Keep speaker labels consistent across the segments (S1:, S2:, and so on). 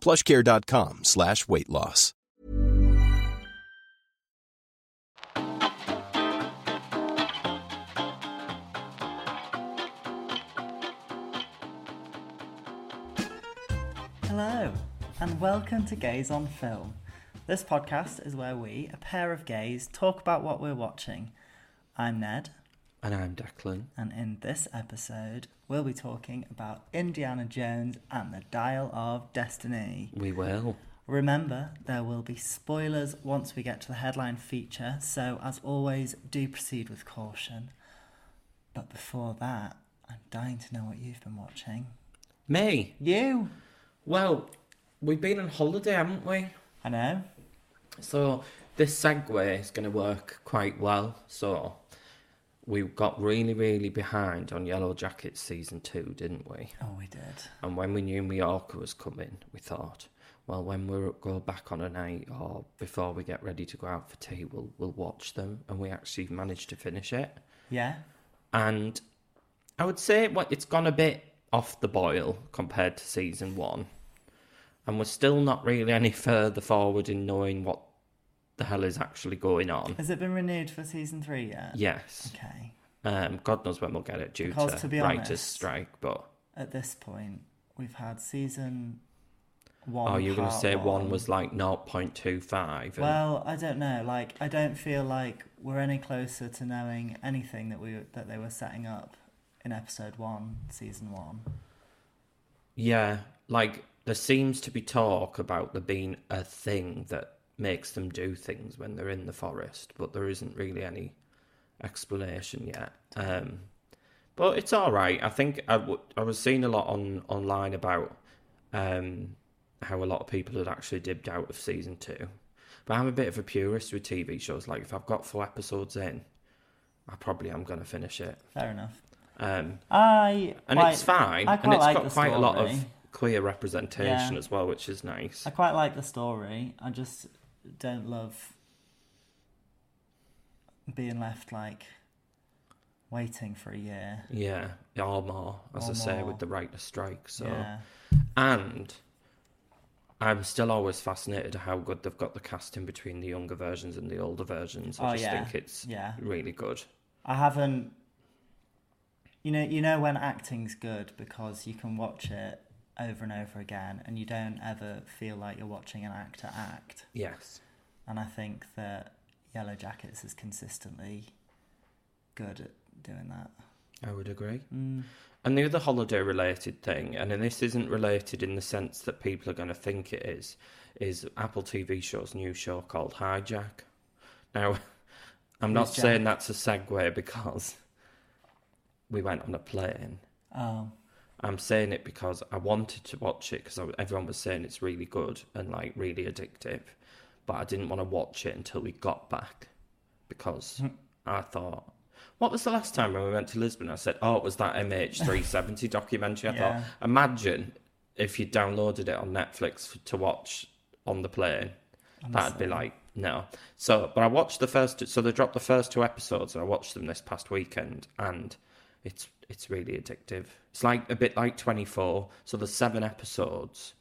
S1: Plushcare.com slash weight loss.
S2: Hello, and welcome to Gays on Film. This podcast is where we, a pair of gays, talk about what we're watching. I'm Ned,
S3: And I'm Declan.
S2: and in this episode, we'll be talking about Indiana Jones and the Dial of Destiny.
S3: We will.
S2: Remember, there will be spoilers once we get to the headline feature, so as always, do proceed with caution. But before that, I'm dying to know what you've been watching.
S3: Me?
S2: You!
S3: Well, we've been on holiday, haven't we?
S2: I know.
S3: So this segue is going to work quite well. So we got really, really behind on Yellow Jackets season two, didn't we?
S2: Oh, we did.
S3: And when we knew Mallorca was coming, we thought, well, when we go back on a night or before we get ready to go out for tea, we'll we'll watch them. And we actually managed to finish it.
S2: Yeah?
S3: and I would say what it's gone a bit off the boil compared to season one, and we're still not really any further forward in knowing what the hell is actually going on.
S2: Has it been renewed for season three yet?
S3: Yes,
S2: Okay.
S3: um, God knows when we'll get it due
S2: Because
S3: to,
S2: to be
S3: writers'
S2: honest-
S3: strike, but
S2: At this point, we've had season one.
S3: oh, you're going to
S2: part
S3: say one was like 0.25. And,
S2: Well, I don't know. Like, I don't feel like we're any closer to knowing anything that we that they were setting up in episode one, season one.
S3: yeah, like there seems to be talk about there being a thing that makes them do things when they're in the forest, but there isn't really any explanation yet. Um, but it's all right. I think I, w- I was seeing a lot on online about um, how a lot of people had actually dipped out of season two. But I'm a bit of a purist with TV shows. Like if I've got four episodes in, I probably am going to finish it.
S2: Fair enough.
S3: Um,
S2: I
S3: and
S2: like-
S3: it's fine,
S2: I
S3: and
S2: quite
S3: it's
S2: like
S3: got
S2: the
S3: quite a lot of
S2: story.
S3: queer representation
S2: Yeah.
S3: as well, which is nice.
S2: I quite like the story. I just don't love being left like waiting for a year.
S3: Yeah, or more, as
S2: Or
S3: I say,
S2: more.
S3: with the right to strike. So,
S2: Yeah.
S3: and I'm still always fascinated at how good they've got the casting between the younger versions and the older versions. I
S2: Oh,
S3: just
S2: yeah.
S3: think it's
S2: Yeah.
S3: really good.
S2: I haven't. You know, you know when acting's good because you can watch it over and over again, and you don't ever feel like you're watching an actor act.
S3: Yes,
S2: And I think that Yellow Jackets is consistently good at doing that.
S3: I would agree. And the other holiday related thing, and this isn't related in the sense that people are going to think it is, is Apple TV show's new show called Hijack. Now, I'm not
S2: Who's Jack?
S3: saying that's a segue because we went on a plane.
S2: Um,
S3: I'm saying it because I wanted to watch it because everyone was saying it's really good and like really addictive, but I didn't want to watch it until we got back because I thought, what was the last time when we went to Lisbon? I said, oh, it was that MH370 documentary. I
S2: Yeah.
S3: thought, imagine if you downloaded it on Netflix f- to watch on the plane. That'd be like, no. So, but I watched the first, so they dropped the first two episodes and I watched them this past weekend and it's it's really addictive. It's like a bit like 24. So there's seven episodes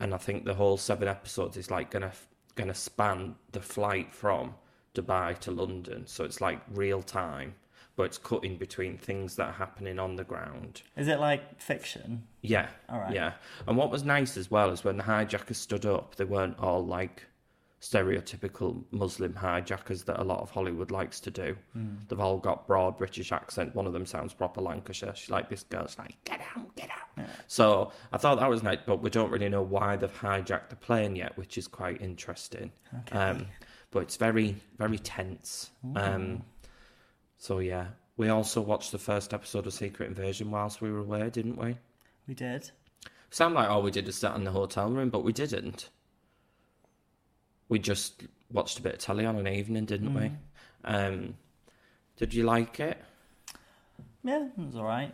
S3: and I think the whole seven episodes is like gonna gonna span the flight from Dubai to London. So it's like real time, but it's cutting between things that are happening on the ground.
S2: is it like fiction?
S3: Yeah.
S2: All right.
S3: Yeah. And what was nice as well is when the hijackers stood up, they weren't all like stereotypical Muslim hijackers that a lot of Hollywood likes to do.
S2: Hmm.
S3: They've all got broad British accent. One of them sounds proper Lancashire. She's like this girl's like, get out, get out. So I thought that was nice, but we don't really know why they've hijacked the plane yet, which is quite interesting.
S2: Okay.
S3: Um, but it's very, very tense. Um, so yeah. We also watched the first episode of Secret Invasion whilst we were away, didn't we?
S2: We did.
S3: oh, Sound like all we did was sat in the hotel room, but we didn't. we just watched a bit of telly on an evening, didn't we? Um, did you like it?
S2: Yeah, it was all right.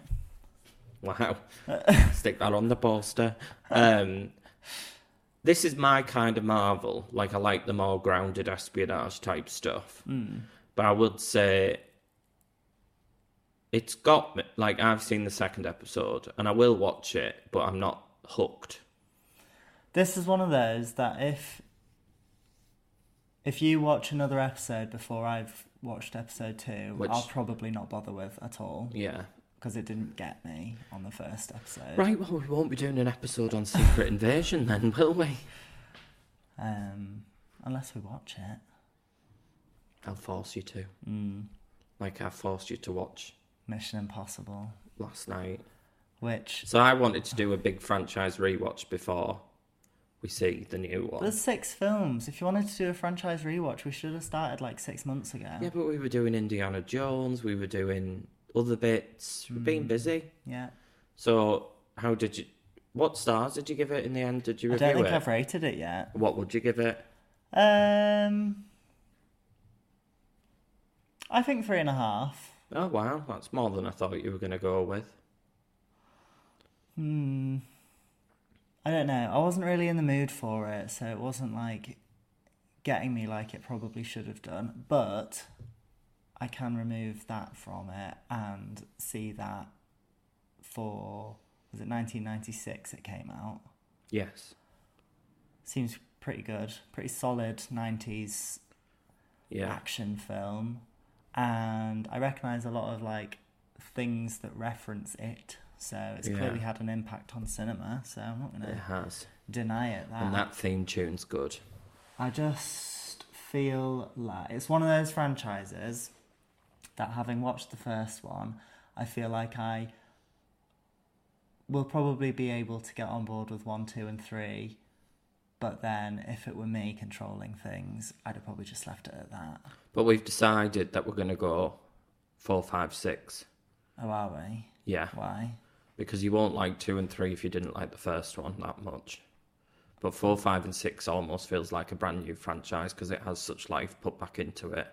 S3: Wow. Stick that on the poster. Um, this is my kind of Marvel. Like, I like the more grounded espionage type stuff. But I would say it's got me. Like, I've seen the second episode and I will watch it, but I'm not hooked.
S2: This is one of those that if if you watch another episode before I've watched episode two,
S3: Which-
S2: I'll probably not bother with at all
S3: Yeah.
S2: because it didn't get me on the first episode.
S3: Right, well, we won't be doing an episode on Secret Invasion then, will we?
S2: Um, unless we watch it.
S3: I'll force you to. Like, I forced you to watch
S2: Mission Impossible,
S3: last night.
S2: which
S3: So I wanted to do a big franchise rewatch before we see the new one.
S2: there's six films. If you wanted to do a franchise rewatch, we should have started like six months ago.
S3: Yeah, but we were doing Indiana Jones, we were doing other bits. We've
S2: Hmm.
S3: been busy.
S2: Yeah.
S3: So how did you what stars did you give it in the end? Did you
S2: I
S3: review
S2: don't think
S3: it?
S2: I've rated it yet.
S3: What would you give it?
S2: Um, I think three and a half.
S3: Oh wow, that's more than I thought you were gonna go with.
S2: Hmm. I don't know. I wasn't really in the mood for it, so it wasn't like getting me like it probably should have done. But I can remove that from it and see that for was it 1996 it came out.
S3: Yes.
S2: Seems pretty good. Pretty solid 90s
S3: Yeah.
S2: action film. And I recognize a lot of like things that reference it. So it's
S3: Yeah.
S2: clearly had an impact on cinema, so I'm not going to
S3: It has.
S2: deny it that.
S3: And that theme tune's good.
S2: I just feel like it's one of those franchises that having watched the first one, I feel like I will probably be able to get on board with one, two, and three. But then, if it were me controlling things, I'd have probably just left it at that.
S3: But we've decided that we're gonna go four, five, six.
S2: Oh, are we?
S3: Yeah.
S2: Why?
S3: Because you won't like two and three if you didn't like the first one that much. But four, five, and six almost feels like a brand new franchise because it has such life put back into it.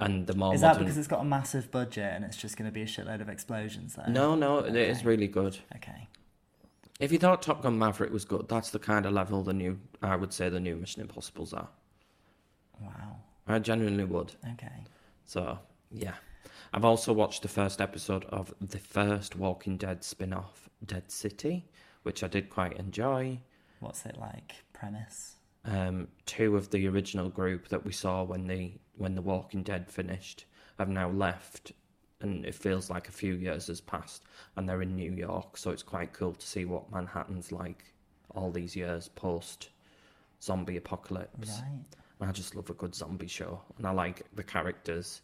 S3: And the more
S2: Hmm. Is that
S3: modern.
S2: because it's got a massive budget and it's just going to be a shitload of explosions there?
S3: No, no, it is really good.
S2: Okay.
S3: If you thought Top Gun Maverick was good, that's the kind of level the new, I would say, the new Mission Impossibles are.
S2: Wow.
S3: I genuinely would.
S2: Okay.
S3: So, yeah. I've also watched the first episode of the first Walking Dead spin off, Dead City, which I did quite enjoy.
S2: What's it like? Premise?
S3: um, two of the original group that we saw when the when the Walking Dead finished have now left, and it feels like a few years has passed, and they're in New York, so it's quite cool to see what Manhattan's like all these years post zombie apocalypse.
S2: Right.
S3: And I just love a good zombie show, and I like the characters.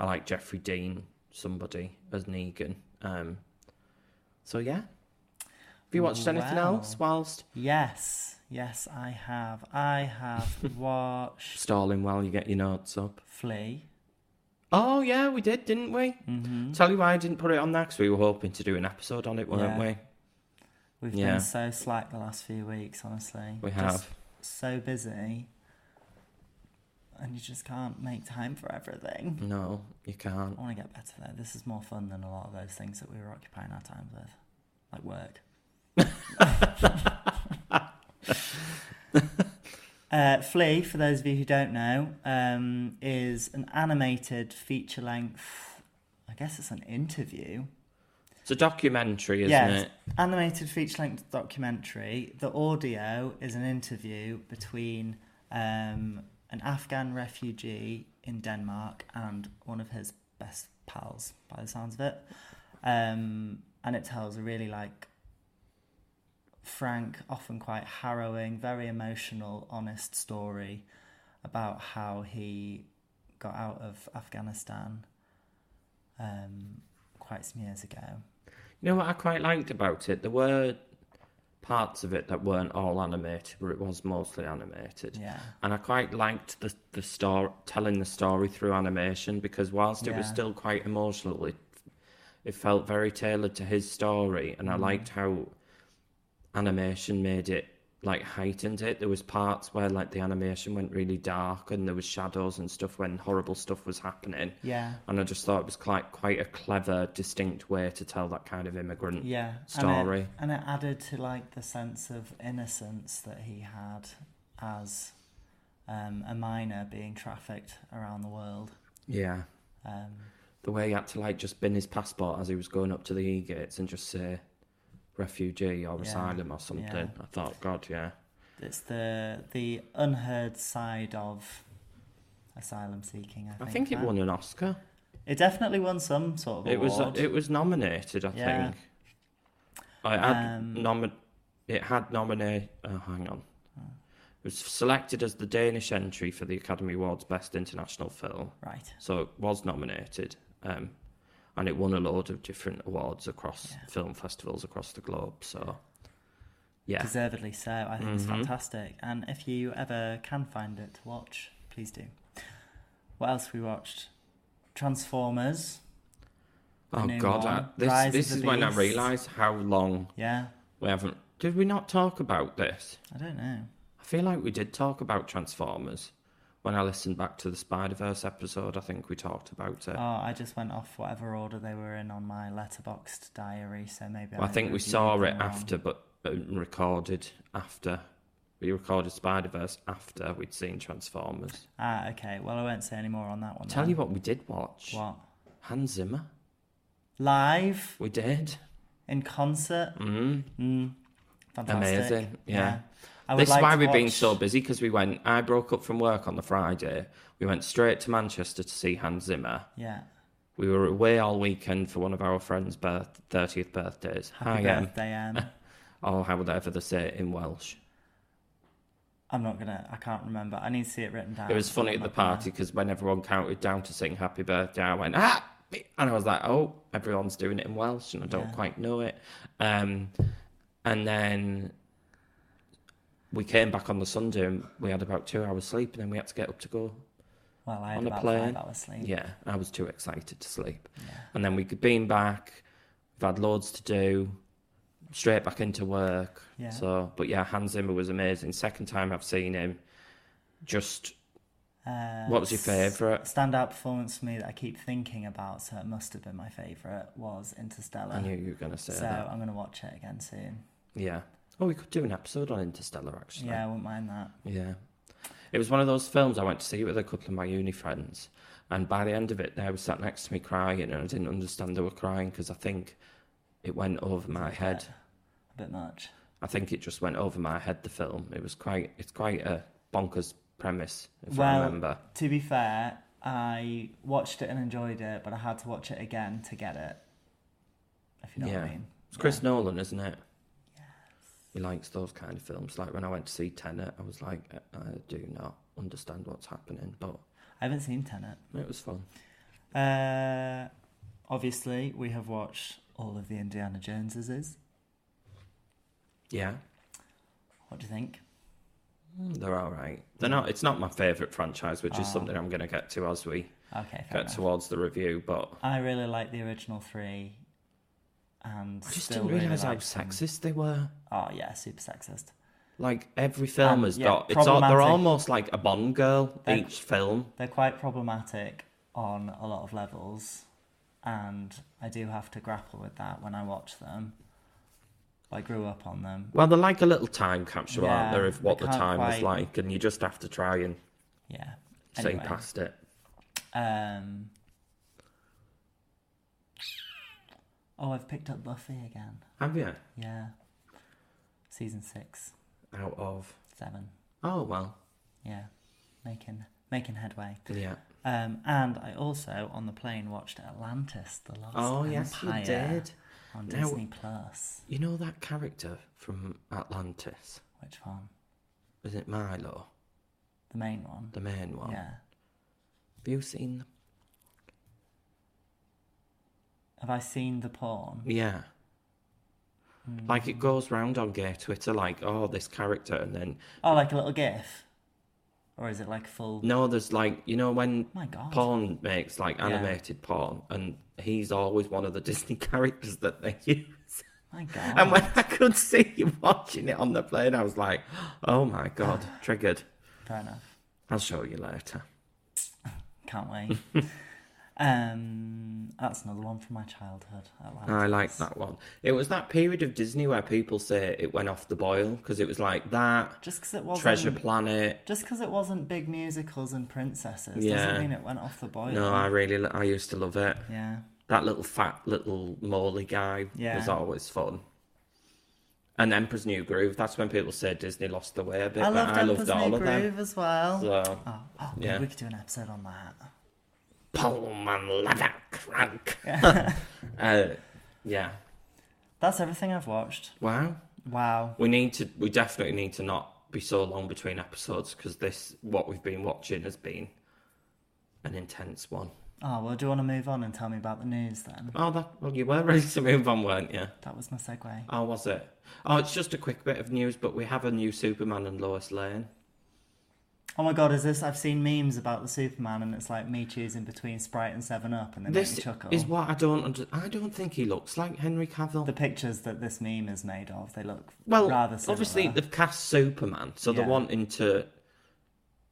S3: I like Jeffrey Dean, somebody as Negan. Um, so yeah. Have you watched anything
S2: Wow.
S3: else whilst
S2: Yes, yes, I have. I have watched
S3: stalling while you get your notes up?
S2: Flea.
S3: Oh yeah, we did, didn't we? Mm-hmm. Tell you why I didn't put it on there because we were hoping to do an episode on it, weren't
S2: Yeah.
S3: we?
S2: We've
S3: Yeah.
S2: been so slack the last few weeks, honestly.
S3: We
S2: Just
S3: have.
S2: so busy, and you just can't make time for everything.
S3: No, you can't.
S2: I want to get better though. This is more fun than a lot of those things that we were occupying our time with, like work. Uh, Flea, for those of you who don't know, um, is an animated feature length, I guess it's an interview,
S3: It's a documentary, isn't
S2: Yes,
S3: it?
S2: animated feature-length documentary. The audio is an interview between um, an Afghan refugee in Denmark and one of his best pals, by the sounds of it. Um, and it tells a really like frank, often quite harrowing, very emotional, honest story about how he got out of Afghanistan um, quite some years ago.
S3: You know what I quite liked about it? There were parts of it that weren't all animated, but it was mostly animated.
S2: Yeah.
S3: And I quite liked the the story telling the story through animation because whilst it was
S2: Yeah.
S3: still quite emotional, it it felt
S2: Mm.
S3: very tailored to his story, and I liked how animation made it like heightened it. There was parts where like the animation went really dark and there was shadows and stuff when horrible stuff was happening.
S2: Yeah.
S3: And I just thought it was quite quite a clever, distinct way to tell that kind of immigrant
S2: Yeah.
S3: story.
S2: And it, and it added to like the sense of innocence that he had as um, a minor being trafficked around the world.
S3: Yeah.
S2: Um,
S3: The way he had to like just bin his passport as he was going up to the e gates and just say refugee or
S2: Yeah.
S3: asylum or something.
S2: Yeah.
S3: I thought, God, yeah.
S2: it's the the unheard side of asylum seeking. I
S3: I
S2: think,
S3: think it
S2: that.
S3: won an Oscar.
S2: It definitely won some sort of
S3: It was uh,
S2: award.
S3: it was nominated, I
S2: Oh, Yeah.
S3: think. I had
S2: Um,
S3: nomi- it had nominated. Oh, hang on. It was selected as the Danish entry for the Academy Awards Best International Film,
S2: right.
S3: so it was nominated, um, and it won a load of different awards across
S2: Yeah.
S3: film festivals across the globe. So, yeah,
S2: Deservedly so. I think it's
S3: Mhm.
S2: fantastic. And if you ever can find it to watch, please do. What else we watched? Transformers. the
S3: oh
S2: new
S3: god,
S2: one,
S3: I, this
S2: Rise
S3: this
S2: of
S3: is
S2: the
S3: when I
S2: Beasts.
S3: realised how long
S2: Yeah,
S3: we haven't. Did we not talk about this?
S2: I don't know.
S3: I feel like we did talk about Transformers when I listened back to the Spider Verse episode. I think we talked about it.
S2: Oh, I just went off whatever order they were in on my letterboxed diary, so maybe
S3: well, I think we saw it
S2: reviewed them wrong.
S3: after, but um, recorded after. We recorded Spider Verse after we'd seen Transformers.
S2: Ah, okay. Well, I won't say any more on that one.
S3: Tell
S2: then.
S3: you what, we did watch
S2: What?
S3: Hans Zimmer.
S2: Live
S3: We did.
S2: in concert.
S3: Mm.
S2: Mm, fantastic.
S3: Amazing, yeah.
S2: I would
S3: This is
S2: like
S3: why
S2: to
S3: we've been
S2: watch-
S3: so busy because we went. I broke up from work on the Friday. We went straight to Manchester to see Hans Zimmer.
S2: Yeah.
S3: We were away all weekend for one of our friends' birth, 30th birthdays.
S2: Happy
S3: Hi, um, oh, Em.
S2: birthday, um. Em.
S3: or however they say it in Welsh.
S2: I'm not gonna. I can't remember. I need to see it written down.
S3: It was funny
S2: I'm
S3: at the
S2: not gonna-
S3: party because when everyone counted down to sing happy birthday, I went, ah! And I was like, oh, everyone's doing it in Welsh and I don't
S2: Yeah.
S3: quite know it. Um, and then we came back on the Sunday and we had about two hours sleep and then we had to get up to go.
S2: Well, I had
S3: on a
S2: about
S3: plane.
S2: five hours sleep.
S3: Yeah, I was too excited to sleep. And then we'd been back, we've had loads to do, straight back into work.
S2: Yeah.
S3: So, but yeah, Hans Zimmer was amazing. Second time I've seen him, just
S2: Uh,
S3: What was your favourite?
S2: Standout performance for me that I keep thinking about, so it must have been my favourite, was Interstellar.
S3: I knew you were going to say
S2: so
S3: that.
S2: I'm going to watch it again soon.
S3: Yeah. Oh, we could do an episode on Interstellar, actually.
S2: Yeah, I wouldn't mind that.
S3: Yeah. It was one of those films I went to see with a couple of my uni friends, and by the end of it, they were sat next to me crying, and I didn't understand they were crying because I think it went over my head.
S2: A bit much.
S3: I think it just went over my head. The film. It was quite. It's quite a bonkers premise, if I
S2: Well-
S3: remember.
S2: To be fair, I watched it and enjoyed it, but I had to watch it again to get it. If you know what
S3: Yeah.
S2: I mean.
S3: It's Chris Nolan, isn't it? He likes those kind of films. Like when I went to see Tenet, I was like, I I do not understand what's happening, but
S2: I haven't seen Tenet.
S3: it was fun.
S2: Uh, obviously, we have watched all of the Indiana Joneses.
S3: Yeah.
S2: What do you think?
S3: They're all right. Oh. They're not. It's not my favourite franchise, which is something I'm going to get to as we
S2: Okay, fair
S3: get
S2: enough.
S3: towards the review. But
S2: I really like the original three, and
S3: I just
S2: still
S3: didn't realise
S2: really
S3: how
S2: like some-
S3: sexist they were.
S2: Oh yeah, super sexist.
S3: Like every film
S2: Um,
S3: has
S2: yeah,
S3: got. It's all, they're
S2: problematic.
S3: almost like a Bond girl
S2: They're-
S3: each film.
S2: They're quite problematic on a lot of levels, and I do have to grapple with that when I watch them. I grew up on them.
S3: Well, they're like a little time capsule,
S2: Yeah,
S3: aren't they, of what
S2: they
S3: the
S2: can't
S3: time was
S2: quite-
S3: like, and you just have to try and
S2: Yeah.
S3: see
S2: Anyway,
S3: past it.
S2: um. Oh, I've picked up Buffy again.
S3: Have you?
S2: Yeah. Season six,
S3: Out of.
S2: seven.
S3: Oh well.
S2: Yeah. Making making headway.
S3: Yeah.
S2: Um, and I also on the plane watched Atlantis: The Lost
S3: Oh
S2: Empire
S3: yes, you did.
S2: on
S3: Now-
S2: Disney Plus.
S3: You know that character from Atlantis?
S2: Which one?
S3: Is it Milo,
S2: The main one.
S3: the main one?
S2: Yeah.
S3: Have you seen?
S2: Have I seen the porn?
S3: Yeah. Like it goes round on gay Twitter, like oh this character, and then
S2: Oh, like a little GIF, or is it like full?
S3: no, there's like you know when
S2: My God.
S3: porn makes like
S2: Yeah.
S3: animated porn, and he's always one of the Disney characters that they use.
S2: My God.
S3: And when I could see you watching it on the plane, I was like, oh my God, triggered.
S2: Fair enough.
S3: I'll show you later.
S2: Can't wait. um, that's another one from my childhood.
S3: I like that one. It was that period of Disney where people say it went off the boil because it was like that,
S2: Just because it wasn't
S3: Treasure Planet.
S2: just 'cause it wasn't big musicals and princesses
S3: Yeah.
S2: doesn't mean it went off the boil.
S3: No, I really, lo- I used to love it.
S2: Yeah.
S3: That little fat little Morley guy
S2: Yeah.
S3: was always fun. And Emperor's New Groove. That's when people say Disney lost the way a bit,
S2: I
S3: but
S2: loved
S3: I
S2: Emperor's
S3: loved all
S2: New
S3: of them.
S2: Groove as well.
S3: So,
S2: Oh, oh
S3: Yeah.
S2: we could do an episode on that.
S3: Pullman Leather Crank. uh, yeah.
S2: That's everything I've watched.
S3: Wow.
S2: Wow.
S3: We need to. We definitely need to not be so long between episodes because this what we've been watching has been an intense one.
S2: Oh, well, do you want to move on and tell me about the news then?
S3: Oh, that. Well, you were ready to move on, weren't you?
S2: That was my segue.
S3: Oh, was it? Oh, it's just a quick bit of news, but we have a new Superman and Lois Lane.
S2: Oh my god, is this? I've seen memes about the Superman, and it's like me choosing between Sprite and Seven Up, and they
S3: This
S2: make me chuckle.
S3: is what I don't. Under- I don't think he looks like Henry Cavill.
S2: The pictures that this meme is made of, they look
S3: well,
S2: rather similar.
S3: obviously they've cast Superman, so
S2: Yeah.
S3: they're wanting to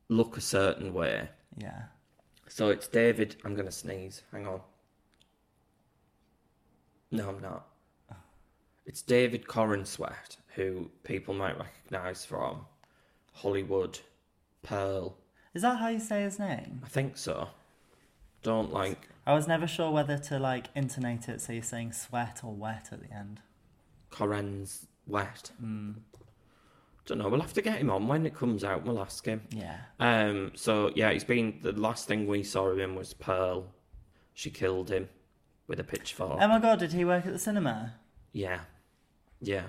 S3: look a certain way.
S2: yeah.
S3: So it's David. I'm gonna sneeze. Hang on. No, I'm not. It's David Corrinsweat, who people might recognise from Hollywood, Pearl.
S2: Is that how you say his name?
S3: I think so. Don't like.
S2: I was never sure whether to like intonate it, so you're saying sweat or wet at the end.
S3: Coren's West. Don't know. We'll have to get him on when it comes out. We'll ask him.
S2: Yeah.
S3: Um. So yeah, he's been the last thing we saw of him was Pearl. She killed him with a pitchfork.
S2: Oh my god, did he work at the cinema?
S3: yeah, yeah.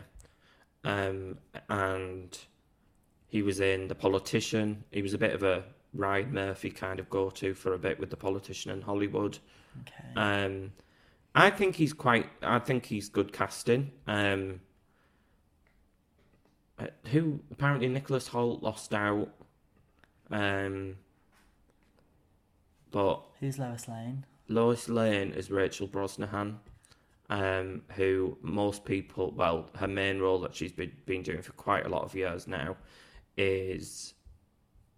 S3: Um. And he was in the politician. He was a bit of a Ryan Murphy kind of go-to for a bit with the politician in Hollywood.
S2: Okay.
S3: Um, I think he's quite. I think he's good casting. Um, uh, who apparently Nicholas Holt lost out. Um, but
S2: Who's Lois Lane?
S3: Lois Lane is Rachel Brosnahan, um, who most people, well, her main role that she's been, been doing for quite a lot of years now is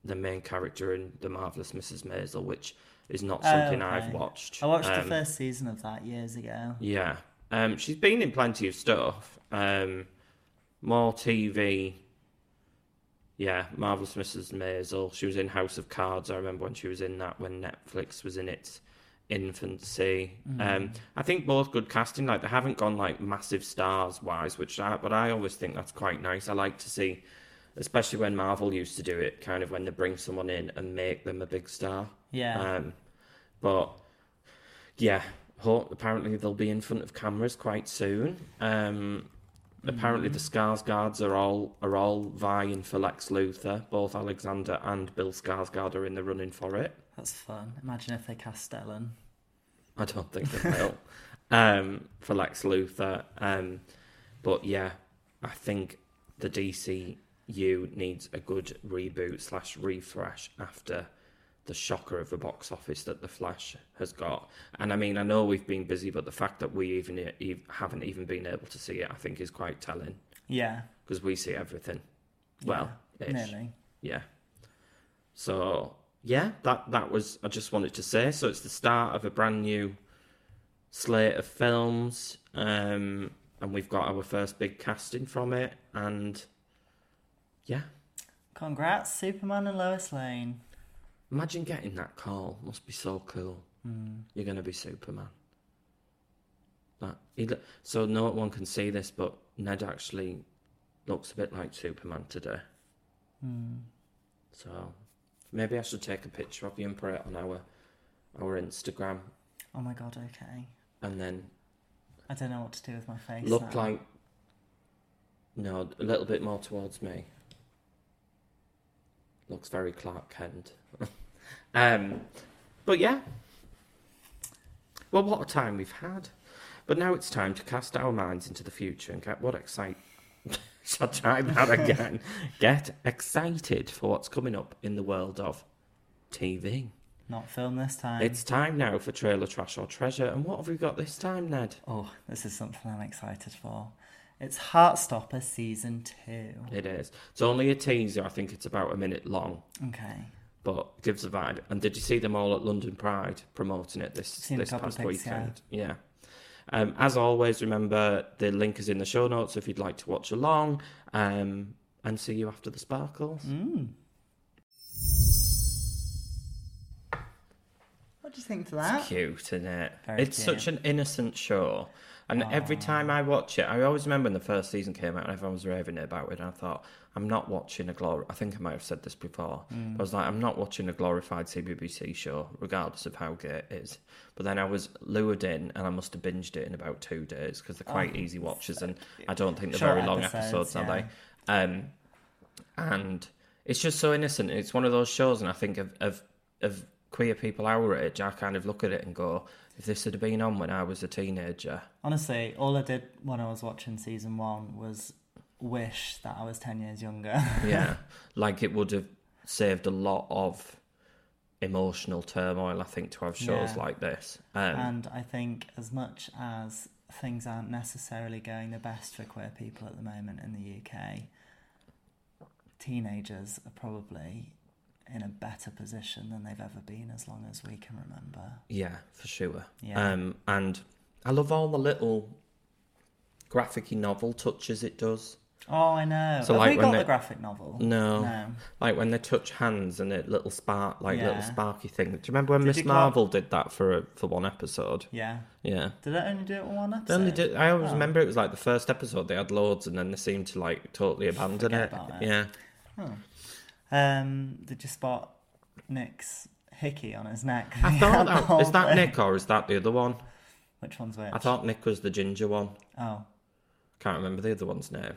S3: the main character in The Marvelous Mrs. Maisel, which is not
S2: Oh,
S3: something I've
S2: okay.
S3: watched.
S2: I watched the
S3: Um,
S2: first season of that years ago.
S3: yeah. Um, she's been in plenty of stuff. Um, more TV. Yeah, Marvelous Mrs. Maisel. She was in House of Cards. I remember when she was in that when Netflix was in its infancy. Um, I think both good casting. Like they haven't gone like massive stars wise, which I, but I always think that's quite nice. I like to see, especially when Marvel used to do it, kind of when they bring someone in and make them a big star.
S2: Yeah.
S3: Um, but yeah, ho- apparently they'll be in front of cameras quite soon. Um, Apparently the Skarsgårds are all are all vying for Lex Luthor. Both Alexander and Bill Skarsgård are in the running for it.
S2: That's fun. Imagine if they cast Stellan.
S3: I don't think they will um, for Lex Luthor. Um, but yeah, I think the DCU needs a good reboot slash refresh after the shocker of a box office that the Flash has got. And I mean, I know we've been busy, but the fact that we even, even haven't even been able to see it, I think, is quite telling
S2: Yeah.
S3: because we see everything. Well, ish.
S2: Nearly.
S3: Yeah. So yeah, that that was I just wanted to say. So it's the start of a brand new slate of films, um, and we've got our first big casting from it, and yeah,
S2: Congrats, Superman and Lois Lane.
S3: imagine getting that call. Must be so cool. You're gonna be Superman. That he, lo- so no one can see this, but Ned actually looks a bit like Superman today. So maybe I should take a picture of you and put it on our our Instagram,
S2: Oh my god, okay.
S3: and then
S2: I don't know what to do with my face.
S3: look
S2: now.
S3: like no, a little bit more towards me. Looks very Clark Kent. um, but yeah. Well, what a time we've had. But now it's time to cast our minds into the future and get what excite. Shall I try that again? get excited for what's coming up in the world of TV.
S2: Not film this time.
S3: It's time now for Trailer Trash or Treasure. And what have we got this time, Ned?
S2: Oh, this is something I'm excited for. It's Heartstopper Season 2.
S3: It is. It's only a teaser. I think it's about a minute long,
S2: Okay.
S3: but gives a vibe. And did you see them all at London Pride promoting it this
S2: Seen a
S3: this
S2: couple of
S3: past
S2: pics, yeah.
S3: weekend? Yeah. Um, as always, remember the link is in the show notes if you'd like to watch along. Um, and see you after the sparkles.
S2: Hmm. What do you think to that?
S3: cute, isn't it?
S2: Very
S3: it's
S2: cute.
S3: such an innocent show. And every time I watch it, I always remember when the first season came out and everyone was raving about it. And I thought, I'm not watching a glory. I think I might have said this before.
S2: Mm.
S3: But I was like, I'm not watching a glorified CBBC show, regardless of how gay it is. But then I was lured in, and I must have binged it in about two days because they're
S2: Oh,
S3: quite easy watches, and I don't think they're
S2: Short
S3: very long
S2: episodes,
S3: episodes, are they? Um, and it's just so innocent. It's one of those shows, and I think of of, of queer people our age, I kind of look at it and go, if this had been on when I was a teenager,
S2: Honestly, all I did when I was watching Season 1 was wish that I was 10 years younger.
S3: yeah, like it would have saved a lot of emotional turmoil. I think to have shows
S2: Yeah.
S3: like this. Um,
S2: And I think as much as things aren't necessarily going the best for queer people at the moment in the UK, teenagers are probably in a better position than they've ever been as long as we can remember.
S3: Yeah, for sure.
S2: Yeah.
S3: Um, and I love all the little graphic novel touches it does.
S2: Oh, I know.
S3: So,
S2: Have
S3: like,
S2: we
S3: when
S2: got
S3: they-
S2: the graphic novel?
S3: No.
S2: No.
S3: Like when they touch hands and it little spark, like
S2: Yeah.
S3: little sparky thing. Do you remember when
S2: Did
S3: Miss
S2: you call-
S3: Marvel did that for a, for one episode?
S2: Yeah.
S3: Yeah.
S2: Did I only do it one episode?
S3: They only did. I always
S2: Oh.
S3: remember it was like the first episode they had loads, and then they seemed to like totally abandon
S2: Forget
S3: it.
S2: about it.
S3: Yeah.
S2: Oh. Um, did you spot Nick's hickey on his neck?
S3: I thought
S2: Yeah, the
S3: that, is
S2: whole
S3: that
S2: thing.
S3: Nick or is that the other one?
S2: Which one's which?
S3: I thought Nick was the ginger one.
S2: Oh,
S3: Can't remember the other one's name.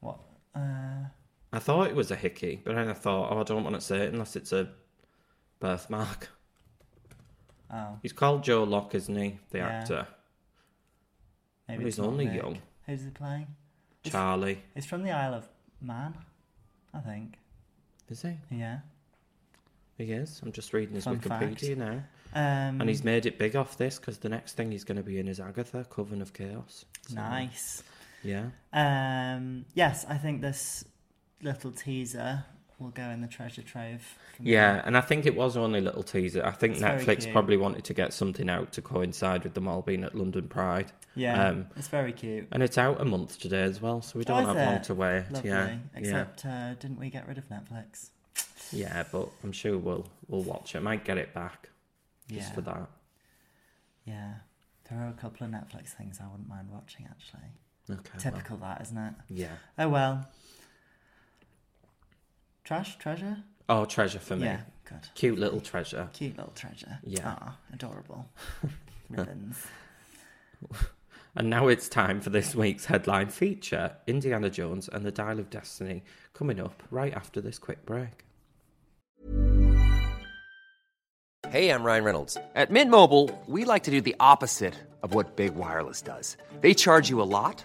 S2: what? Uh,
S3: I thought it was a hickey, but then I thought, oh, I don't want to say it unless it's a birthmark.
S2: oh,
S3: He's called Joe Locke, isn't he? The
S2: Yeah.
S3: actor.
S2: maybe
S3: Well,
S2: it's
S3: he's only
S2: not Nick.
S3: young.
S2: Who's he playing? It's-
S3: Charlie.
S2: He's from the Isle of Man, I think.
S3: Is he?
S2: Yeah.
S3: He is. I'm just reading his
S2: Fun
S3: Wikipedia
S2: fact.
S3: now.
S2: Um,
S3: And he's made it big off this because the next thing he's going to be in is Agatha, Coven of Chaos. So,
S2: nice.
S3: Yeah.
S2: Um, yes, I think this little teaser will go in the treasure trove. for me.
S3: Yeah, and I think it was only a little teaser. I think
S2: It's very
S3: Netflix
S2: cute.
S3: probably wanted to get something out to coincide with them all being at London Pride.
S2: Yeah.
S3: Um,
S2: it's very cute.
S3: And it's out a month today as well, so we don't
S2: Oh, is
S3: have long
S2: it?
S3: to wait.
S2: Lovely.
S3: Yeah. Yeah.
S2: Except, uh, didn't we get rid of Netflix?
S3: Yeah, but I'm sure we'll we'll watch it. might get it back just
S2: yeah.
S3: for that.
S2: Yeah. There are a couple of Netflix things I wouldn't mind watching, actually.
S3: Okay. Oh, well,
S2: Typical that, isn't it?
S3: yeah.
S2: Oh, well. Trash? Treasure?
S3: Oh, treasure for me.
S2: Yeah, good.
S3: Cute little treasure.
S2: Cute little treasure.
S3: Yeah.
S2: Aw, adorable. Ribbons.
S3: And now it's time for this week's headline feature Indiana Jones and the Dial of Destiny, coming up right after this quick break.
S4: Hey, I'm Ryan Reynolds. At Mint Mobile, we like to do the opposite of what Big Wireless does. They charge you a lot,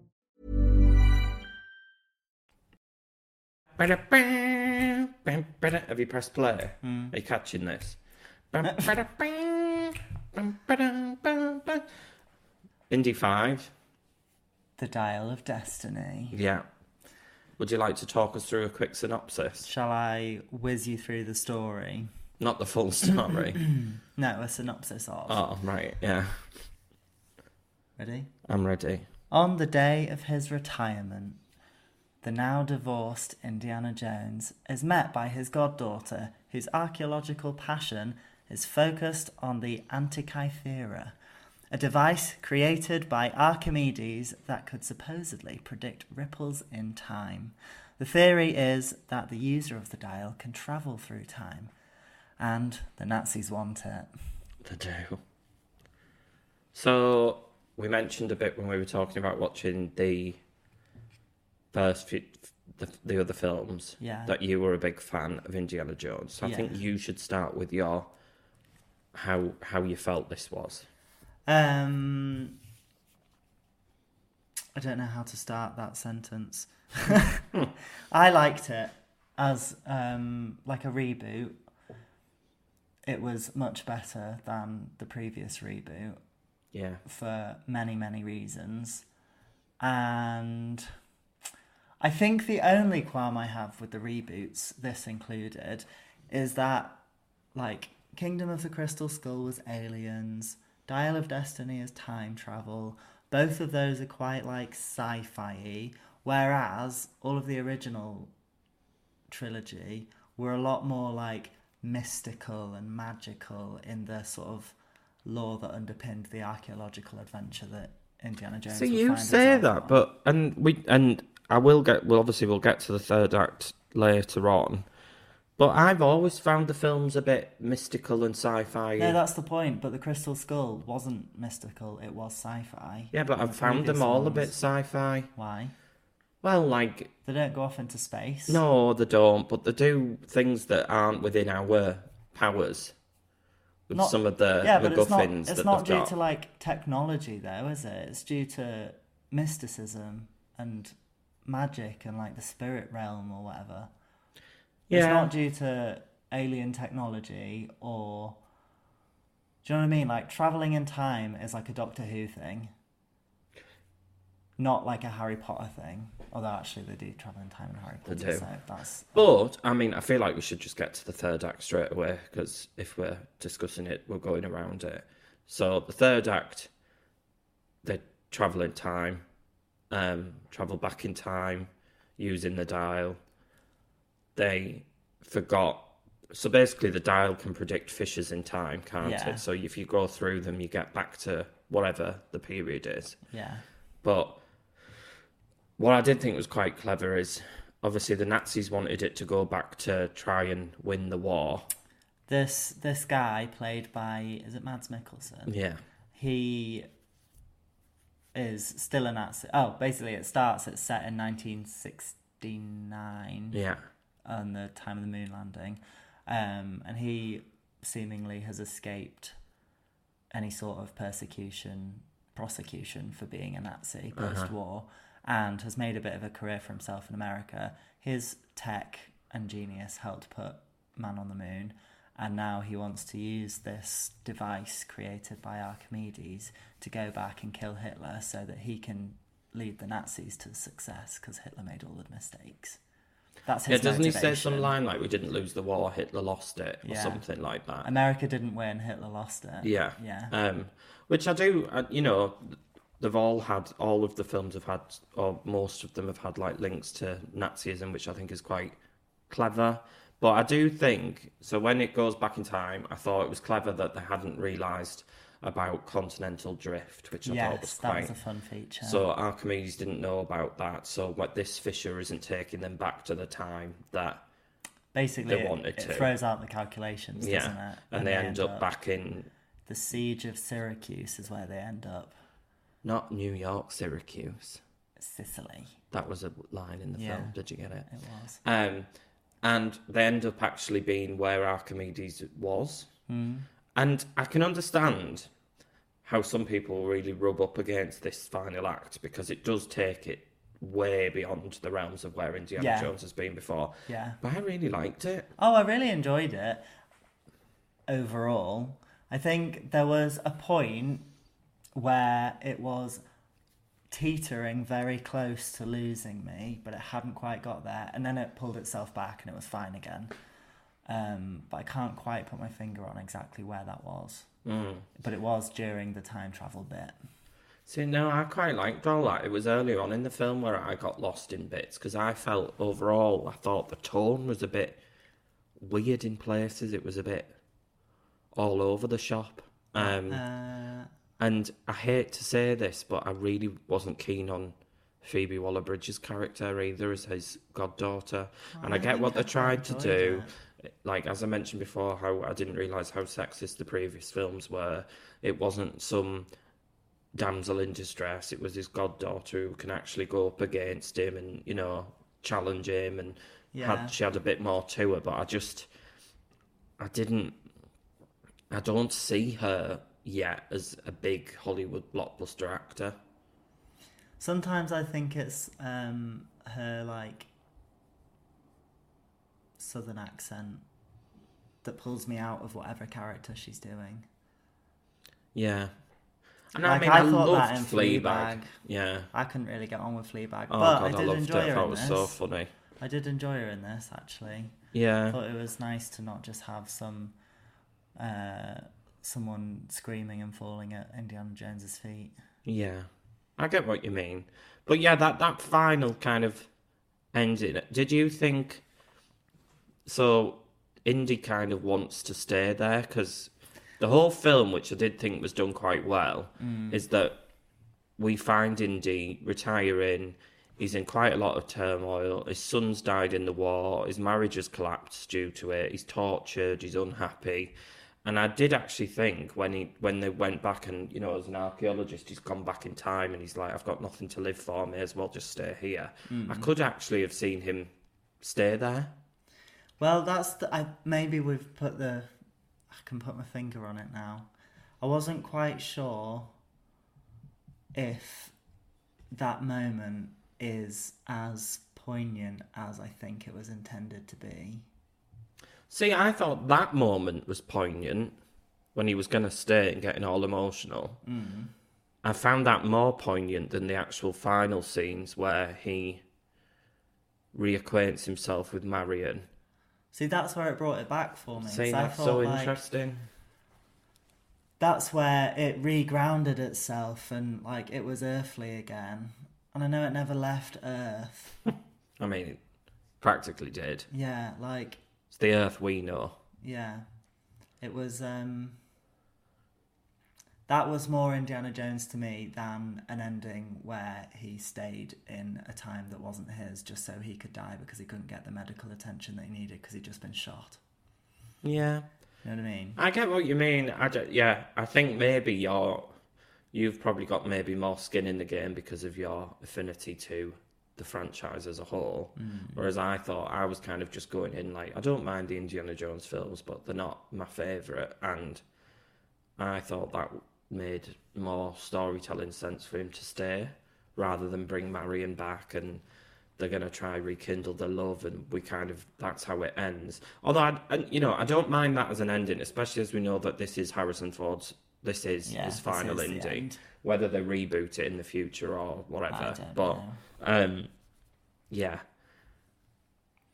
S3: Ba-da-bing, bing, ba-da- Have you pressed play? Are you catching this? Bum, ba-da-bing, bum, ba-dum, bum, bum. Indy 5.
S2: the Dial of Destiny.
S3: Yeah. Would you like to talk us through a quick synopsis?
S2: Shall I whiz you through the story?
S3: Not the full story. Uh.
S2: No, a synopsis of.
S3: oh, right. Yeah.
S2: Ready?
S3: I'm ready.
S2: On the day of his retirement, the now divorced Indiana Jones is met by his goddaughter, whose archaeological passion is focused on the Antikythera, a device created by Archimedes that could supposedly predict ripples in time. The theory is that the user of the dial can travel through time, and the Nazis want it.
S3: They do. So we mentioned a bit when we were talking about watching the first few, the, the other films
S2: Yeah.
S3: that you were a big fan of Indiana Jones. So I
S2: Yeah.
S3: think you should start with your how how you felt this was.
S2: Um, I don't know how to start that sentence. I liked it as um, like a reboot. It was much better than the previous reboot
S3: Yeah.
S2: for many, many reasons. And I think the only qualm I have with the reboots, this included, is that like Kingdom of the Crystal Skull was aliens, Dial of Destiny is time travel. Both of those are quite like sci-fi y, whereas all of the original trilogy were a lot more like mystical and magical in the sort of lore that underpinned the archaeological adventure that Indiana Jones.
S3: So
S2: would
S3: you
S2: find
S3: say
S2: himself
S3: that,
S2: on.
S3: but and we and I will get. Well, obviously, we'll get to the third act later on. But I've always found the films a bit mystical and sci-fi.
S2: no, that's the point. But the Crystal Skull wasn't mystical; it was sci-fi.
S3: yeah, but
S2: The
S3: I've found
S2: previous
S3: them all a
S2: ones-
S3: bit sci-fi.
S2: Why?
S3: Well, like
S2: They don't go off into space.
S3: no, they don't. But they do things that aren't within our powers. With
S2: Not-
S3: some of the
S2: yeah, but it's not,
S3: MacGuffins
S2: it's
S3: that
S2: not
S3: they've
S2: due
S3: got.
S2: to like technology though, is it? It's due to mysticism and magic and like the spirit realm or whatever. It's
S3: Yeah.
S2: not due to alien technology or do you know what I mean? Like traveling in time is like a Doctor Who thing, not like a Harry Potter thing. Although actually they do travel in time in Harry
S3: They
S2: Potter,
S3: do.
S2: so that's
S3: But I mean, I feel like we should just get to the third act straight away because if we're discussing it, we're going around it. So the third act, they travel in time, um, travel back in time using the dial. They forgot. So basically, the dial can predict fissures in time, can't
S2: Yeah.
S3: it? So if you go through them, you get back to whatever the period is.
S2: yeah.
S3: But what I did think was quite clever is obviously the Nazis wanted it to go back to try and win the war.
S2: This this guy played by is it Mads Mikkelsen?
S3: Yeah.
S2: he is still a Nazi. Oh, basically, it starts. It's set in 1969
S3: Yeah.
S2: on the time of the moon landing, um, and he seemingly has escaped any sort of persecution, prosecution for being a Nazi
S3: Uh-huh.
S2: post-war, and has made a bit of a career for himself in America. His tech and genius helped put man on the moon, and now he wants to use this device created by Archimedes to go back and kill Hitler, so that he can lead the Nazis to success because Hitler made all the mistakes. That's
S3: Yeah,
S2: his
S3: doesn't he say
S2: motivation.
S3: some line like we didn't lose the war, Hitler lost it or
S2: Yeah.
S3: something like that?
S2: America didn't win, Hitler lost it.
S3: Yeah.
S2: Yeah.
S3: Um, which I do, uh, you know, they've all had, all of the films have had, or most of them have had, like links to Nazism, which I think is quite clever. But I do think, so when it goes back in time, I thought it was clever that they hadn't realised about continental drift, which I thought was
S2: yes, that
S3: quite.
S2: was a fun feature.
S3: So Archimedes didn't know about that. So like this fissure isn't taking them back to the time that
S2: Basically,
S3: they
S2: it,
S3: wanted
S2: it
S3: to.
S2: throws out the calculations,
S3: yeah,
S2: doesn't it?
S3: and they end up back in
S2: The siege of Syracuse is where they end up.
S3: not New York, Syracuse.
S2: Sicily,
S3: That was a line in the
S2: Yeah.
S3: film. Did you get it?
S2: it was.
S3: Um, and they end up actually being where Archimedes was.
S2: Hmm.
S3: And I can understand how some people really rub up against this final act because it does take it way beyond the realms of where Indiana
S2: Yeah.
S3: Jones has been before.
S2: Yeah.
S3: But I really liked it.
S2: Oh, I really enjoyed it overall. I think there was a point where it was teetering very close to losing me, but it hadn't quite got there. And then it pulled itself back and it was fine again. Um, but I can't quite put my
S3: Mm.
S2: finger on exactly where that was. But it was during the time travel bit.
S3: See, no, I quite liked all that. It was earlier on in the film where I got lost in bits because I felt overall, I thought the tone was a bit weird in places. It was a bit all over the shop. Um, And I hate to say this, but I really wasn't keen on Phoebe Waller Bridge's character either as his goddaughter. and I, get what they tried to do. Like, as I mentioned before, how I didn't realise how sexist the previous films were. It wasn't some damsel in distress. It was his goddaughter who can actually go up against him and you know challenge him, and
S2: Yeah.
S3: had she had a bit more to her. But I just, I didn't, I don't see her yet as a big Hollywood blockbuster actor.
S2: Sometimes I think it's um, her like southern accent that pulls me out of whatever character she's doing.
S3: Yeah, and
S2: Like,
S3: I
S2: I
S3: mean, I,
S2: thought that
S3: loved
S2: in
S3: Fleabag.
S2: Fleabag.
S3: Yeah.
S2: I couldn't really get on with Fleabag,
S3: Oh
S2: but
S3: god,
S2: I
S3: I,
S2: did
S3: loved it.
S2: enjoy
S3: I
S2: her
S3: thought it
S2: in
S3: was
S2: this.
S3: so funny.
S2: I did enjoy her in this actually. I
S3: Yeah.
S2: thought it was nice to not just have some uh, someone screaming and falling at Indiana Jones's feet.
S3: Yeah, I get what you mean, but yeah, that that final kind of ending. Did you think so? Indy kind of wants to stay there because the whole film, which I did think was done quite well,
S2: Mm.
S3: is that we find Indy retiring. He's in quite a lot of turmoil. His son's died in the war. His marriage has collapsed due to it. He's tortured. He's unhappy. And I did actually think when he when they went back and you know as an archaeologist he's gone back in time and he's like I've got nothing to live for. May as well just stay here. I could actually have seen him stay there.
S2: Well, that's the, I maybe we've put the I can put my finger on it now. I wasn't quite sure if that moment is as poignant as I think it was intended to be.
S3: See, I thought that moment was poignant when he was going to stay and getting all emotional. Mm. I found that more poignant than the actual final scenes where he reacquaints himself with Marion.
S2: See, that's where it brought it back for me. 'cause
S3: See,
S2: Oh, I
S3: that's
S2: thought,
S3: so
S2: like,
S3: interesting.
S2: that's where it regrounded itself and like it was earthly again. And I know it never left Earth.
S3: I mean, it practically did.
S2: Yeah, like
S3: It's the Earth we know.
S2: Yeah. It was um that was more Indiana Jones to me than an ending where he stayed in a time that wasn't his just so he could die because he couldn't get the medical attention that he needed because he'd just been shot.
S3: Yeah.
S2: You know what I mean?
S3: I get what you mean. I do yeah, I think maybe you're, you've probably got maybe more skin in the game because of your affinity to the franchise as a whole. Whereas I thought I was kind of just going in like, I don't mind the Indiana Jones films, but they're not my favourite. And I thought that made more storytelling sense for him to stay rather than bring Marion back and they're going to try rekindle their love and we kind of that's how it ends although I, and, you know i don't mind that as an ending especially as we know that this is harrison ford's this is
S2: Yeah,
S3: his
S2: this
S3: final
S2: is the
S3: ending
S2: end.
S3: whether they reboot it in the future or
S2: I
S3: whatever
S2: don't
S3: but
S2: know.
S3: um yeah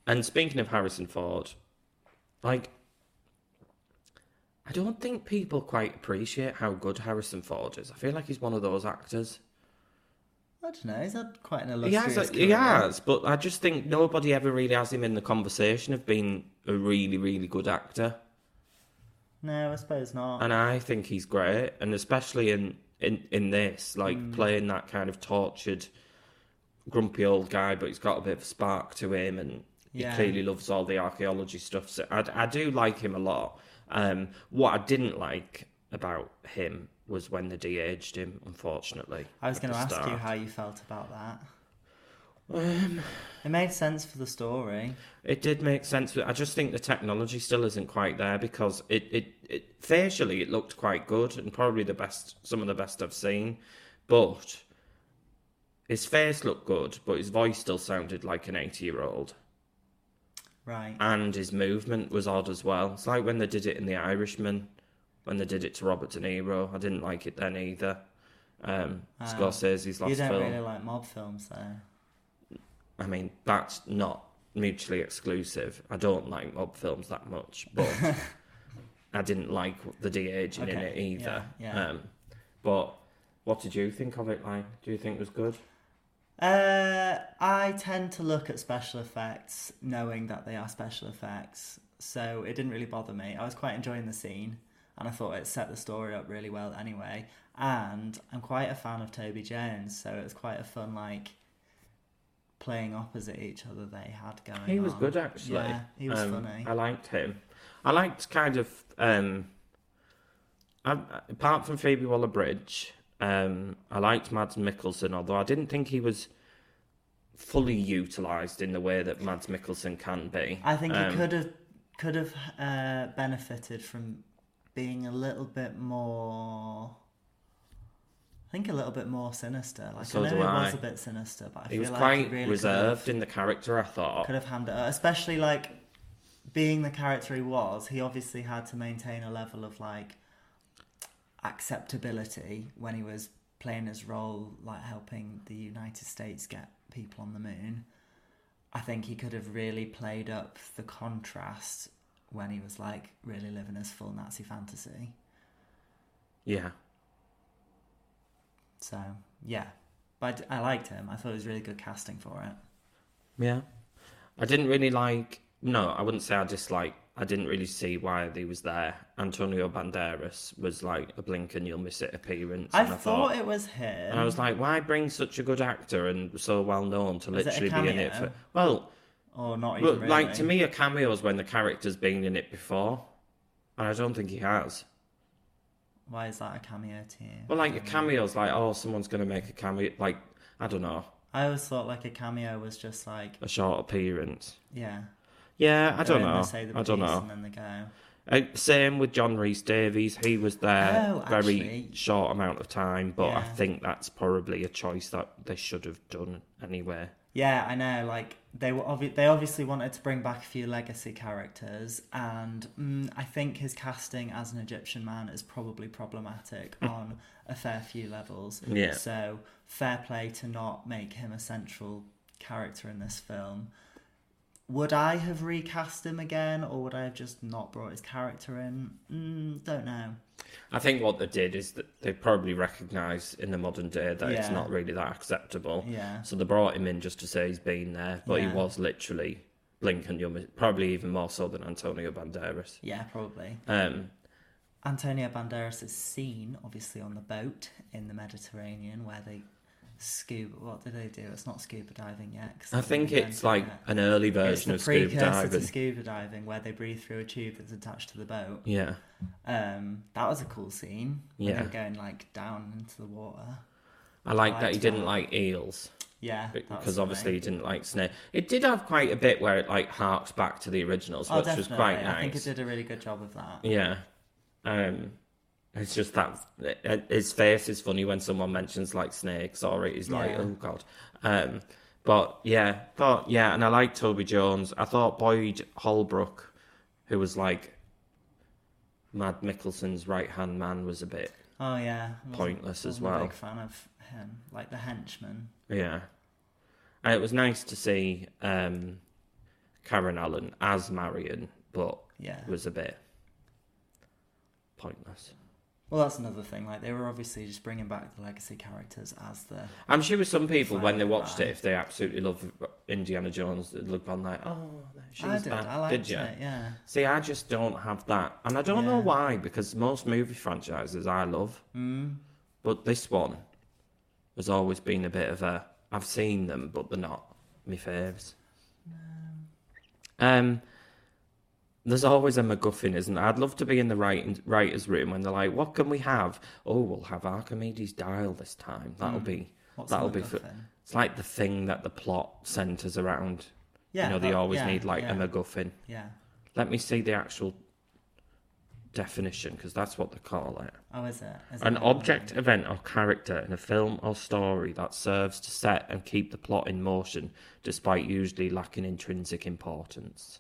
S3: and speaking of harrison ford like I don't think people quite appreciate how good Harrison Ford is. I feel like he's one of those actors.
S2: I don't know, he's had quite an
S3: He
S2: illustrious
S3: has,
S2: career.
S3: he has, but I just think nobody ever really has him in the conversation of being a really, really good actor.
S2: No, I suppose not.
S3: And I think he's great, and especially in in in this, like
S2: Hmm.
S3: playing that kind of tortured, grumpy old guy, but he's got a bit of spark to him, and
S2: Yeah.
S3: he clearly loves all the archaeology stuff. So I, I do like him a lot. Um, what I didn't like about him was when they de-aged him. Unfortunately,
S2: I was
S3: at
S2: going to
S3: the
S2: ask you
S3: start. Um,
S2: how you felt about that. it made sense for the story.
S3: It did make sense. but I just think the technology still isn't quite there because it, it, it facially it looked quite good and probably the best some of the best I've seen. But his face looked good, but his voice still sounded like an eighty year old.
S2: Right.
S3: And his movement was odd as well. It's like when they did it in The Irishman, when they did it to Robert De Niro. I didn't like it then either. Um, Scorsese's last
S2: Ah. you don't
S3: film.
S2: really like mob films though.
S3: I mean, that's not mutually exclusive. I don't like mob films that much, but I didn't like the de aging in
S2: Okay,
S3: it either.
S2: yeah, yeah.
S3: Um, but What did you think of it? Like, do you think it was good?
S2: Uh, I tend to look at special effects knowing that they are special effects, so it didn't really bother me. I was quite enjoying the scene, and I thought it set the story up really well anyway. And I'm quite a fan of Toby Jones, so it was quite a fun like playing opposite each other they had going.
S3: He was
S2: on.
S3: good actually.
S2: Yeah, he was
S3: Um,
S2: funny.
S3: I liked him. I liked kind of um, I, apart from Phoebe Waller Bridge, um, I liked Mads Mikkelsen. Although I didn't think he was fully utilised in the way that Mads Mikkelsen can be.
S2: I think
S3: Um,
S2: he could have could have uh, benefited from being a little bit more. I think a little bit more sinister. Like
S3: So
S2: I know
S3: do
S2: he
S3: I.
S2: was a bit sinister, but I
S3: He
S2: feel
S3: was
S2: like
S3: quite
S2: he really
S3: reserved
S2: Could
S3: in the character. I
S2: have,
S3: thought.
S2: could have handled it, especially like being the character he was. He obviously had to maintain a level of like acceptability when he was playing his role, like helping the United States get people on the moon. I think he could have really played up the contrast when he was like really living his full Nazi fantasy.
S3: Yeah.
S2: So yeah, but I liked him. I thought it was really good casting for it.
S3: Yeah. I didn't really like. No, I wouldn't say I dislike. I didn't really see why he was there. Antonio Banderas was like a blink and you'll miss it appearance.
S2: I
S3: and
S2: thought, it um, was him.
S3: And I was like, why bring such a good actor and so well known to
S2: Was it a
S3: literally be in it
S2: cameo?
S3: for. Well,
S2: or not even
S3: well like to
S2: really.
S3: me, a cameo is when the character's been in it before. And I don't think he has.
S2: Why is that a cameo to you?
S3: Well, like a cameo's like, oh, someone's going to make a cameo. Like, I don't know,
S2: I always thought like a cameo was just like
S3: a short appearance.
S2: yeah.
S3: Yeah, I
S2: go in,
S3: don't
S2: they
S3: know.
S2: say the
S3: I don't
S2: piece,
S3: know.
S2: And then they go.
S3: Uh, same with John Rhys Davies. He was there
S2: Oh,
S3: very
S2: actually-
S3: short amount of time, but I
S2: Yeah.
S3: think that's probably a choice that they should have done anyway.
S2: Yeah, I know. Like they were obvi- they obviously wanted to bring back a few legacy characters, and mm, I think his casting as an Egyptian man is probably problematic on a fair few levels.
S3: Hmm. Yeah.
S2: So fair play to not make him a central character in this film. Would I have recast him again, or would I have just not brought his character in? Mm, don't know.
S3: I think what they did is that they probably recognise in the modern day that it's
S2: Yeah.
S3: not really that acceptable.
S2: Yeah.
S3: So they brought him in just to say he's been there, but
S2: Yeah.
S3: he was literally Blink and Yum, probably even more so than Antonio Banderas.
S2: Yeah, probably.
S3: Um,
S2: Antonio Banderas is seen, obviously, on the boat in the Mediterranean where they scuba. What do they do? It's not scuba diving yet. 'cause
S3: I
S2: haven't
S3: think it's
S2: invented
S3: like
S2: it.
S3: an early
S2: It's
S3: version
S2: the
S3: of scuba
S2: precursor
S3: diving.
S2: to scuba diving where they breathe through a tube that's attached to the boat.
S3: Yeah.
S2: Um, that was a cool scene. when
S3: Yeah.
S2: they were going like down into the water.
S3: I like that he
S2: liked
S3: didn't
S2: that.
S3: like eels.
S2: Yeah, that was
S3: because
S2: funny.
S3: obviously he didn't like Snake. It did have quite a bit where it like harks back to the originals,
S2: Oh,
S3: which was
S2: definitely.
S3: quite nice.
S2: I think it did a really good job of that.
S3: Yeah, um, it's just that uh, his face is funny when someone mentions like snakes, or it is like
S2: Yeah.
S3: oh god. Um, but yeah, thought yeah, and I like Toby Jones. I thought Boyd Holbrook, who was like Mad Mickelson's right hand man, was a bit
S2: Oh yeah, I wasn't-
S3: Pointless as
S2: wasn't a
S3: well.
S2: big fan of him, like the henchman.
S3: Yeah. And it was nice to see um, Karen Allen as Marion, but
S2: Yeah.
S3: was a bit pointless.
S2: Well, that's another thing. Like they were obviously just bringing back the legacy characters as the
S3: I'm sure with some people, when they watched it,
S2: Fine.
S3: if they absolutely love Indiana Jones, they'd look on like, oh, she's
S2: I did.
S3: back.
S2: I liked
S3: did you?
S2: it. Yeah.
S3: See, I just don't have that. And I don't know
S2: Yeah.
S3: why, because most movie franchises I love. Mm. But this one has always been a bit of a. I've seen them, but they're not my faves. Um, there's always a MacGuffin, isn't there? I'd love to be in the writing, writer's room when they're like, what can we have? Oh, we'll have Archimedes' dial this time. That'll be.
S2: Mm. What's a
S3: that'll be. F-
S2: MacGuffin?
S3: it's like the thing that the plot centres around.
S2: Yeah,
S3: you know, they
S2: that-
S3: always
S2: yeah,
S3: need like
S2: yeah.
S3: a MacGuffin.
S2: Yeah.
S3: Let me see the actual definition because that's what they call it.
S2: Oh, is it? Is
S3: An
S2: it?
S3: object, event, or character in a film or story that serves to set and keep the plot in motion despite usually lacking intrinsic importance.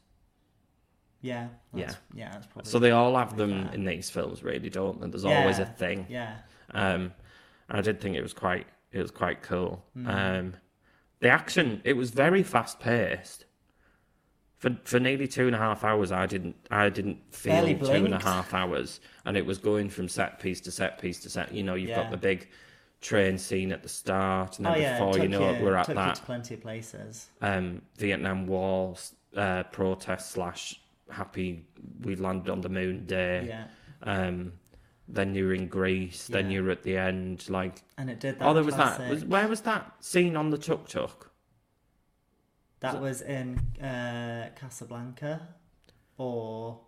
S2: Yeah. That's,
S3: Yeah.
S2: yeah. That's probably.
S3: So they all have them
S2: fair.
S3: in these films, really, don't they? There's
S2: Yeah,
S3: always a thing.
S2: Yeah.
S3: Um, and I did think it was quite it was quite cool.
S2: Hmm.
S3: Um, the action it was very fast paced. For for nearly two and a half hours, I didn't I didn't feel
S2: Barely
S3: two and a
S2: blinked.
S3: half hours, and it was going from set piece to set piece to set. You know, you've
S2: Yeah.
S3: got the big train scene at the start, and then
S2: oh yeah,
S3: before
S2: took
S3: you know it, we're at
S2: took you
S3: that
S2: to plenty of places.
S3: um, Vietnam War uh, protest slash happy we landed on the moon day.
S2: Yeah,
S3: Um, then you're in Greece. Then
S2: Yeah.
S3: you're at the end, like
S2: and it did that.
S3: oh, there was that.
S2: classic-
S3: Was, where was that scene on the tuk tuk?
S2: That was in uh, Casablanca or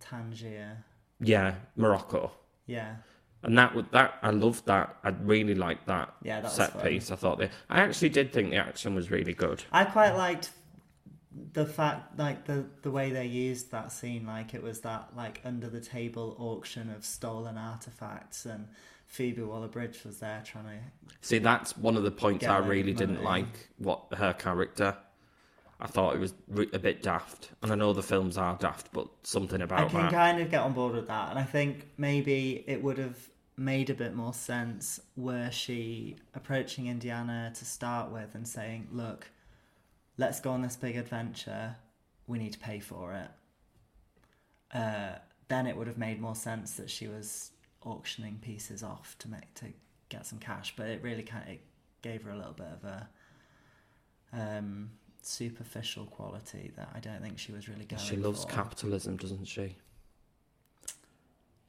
S2: Tangier.
S3: Yeah, Morocco.
S2: Yeah,
S3: And that would that I loved that. I really liked that,
S2: Yeah, that was
S3: set
S2: fun.
S3: piece. I thought the I actually did think the action was really good.
S2: I quite liked the fact, like the the way they used that scene, like it was that like under the table auction of stolen artifacts, and Phoebe Waller Bridge was there trying to.
S3: See, that's one of the points
S2: Yeah,
S3: I
S2: like,
S3: really
S2: like,
S3: didn't
S2: yeah.
S3: like what her character. I thought it was re- a bit daft, and I know the films are daft, but something
S2: I
S3: about
S2: can
S3: that.
S2: kind of get on board with that, and I think maybe it would have made a bit more sense were she approaching Indiana to start with and saying, "Look, let's go on this big adventure. We need to pay for it." Uh, then it would have made more sense that she was auctioning pieces off to make to get some cash. But it really kind of it gave her a little bit of a um, superficial quality that I don't think she was really going.
S3: She loves
S2: for.
S3: capitalism, doesn't she?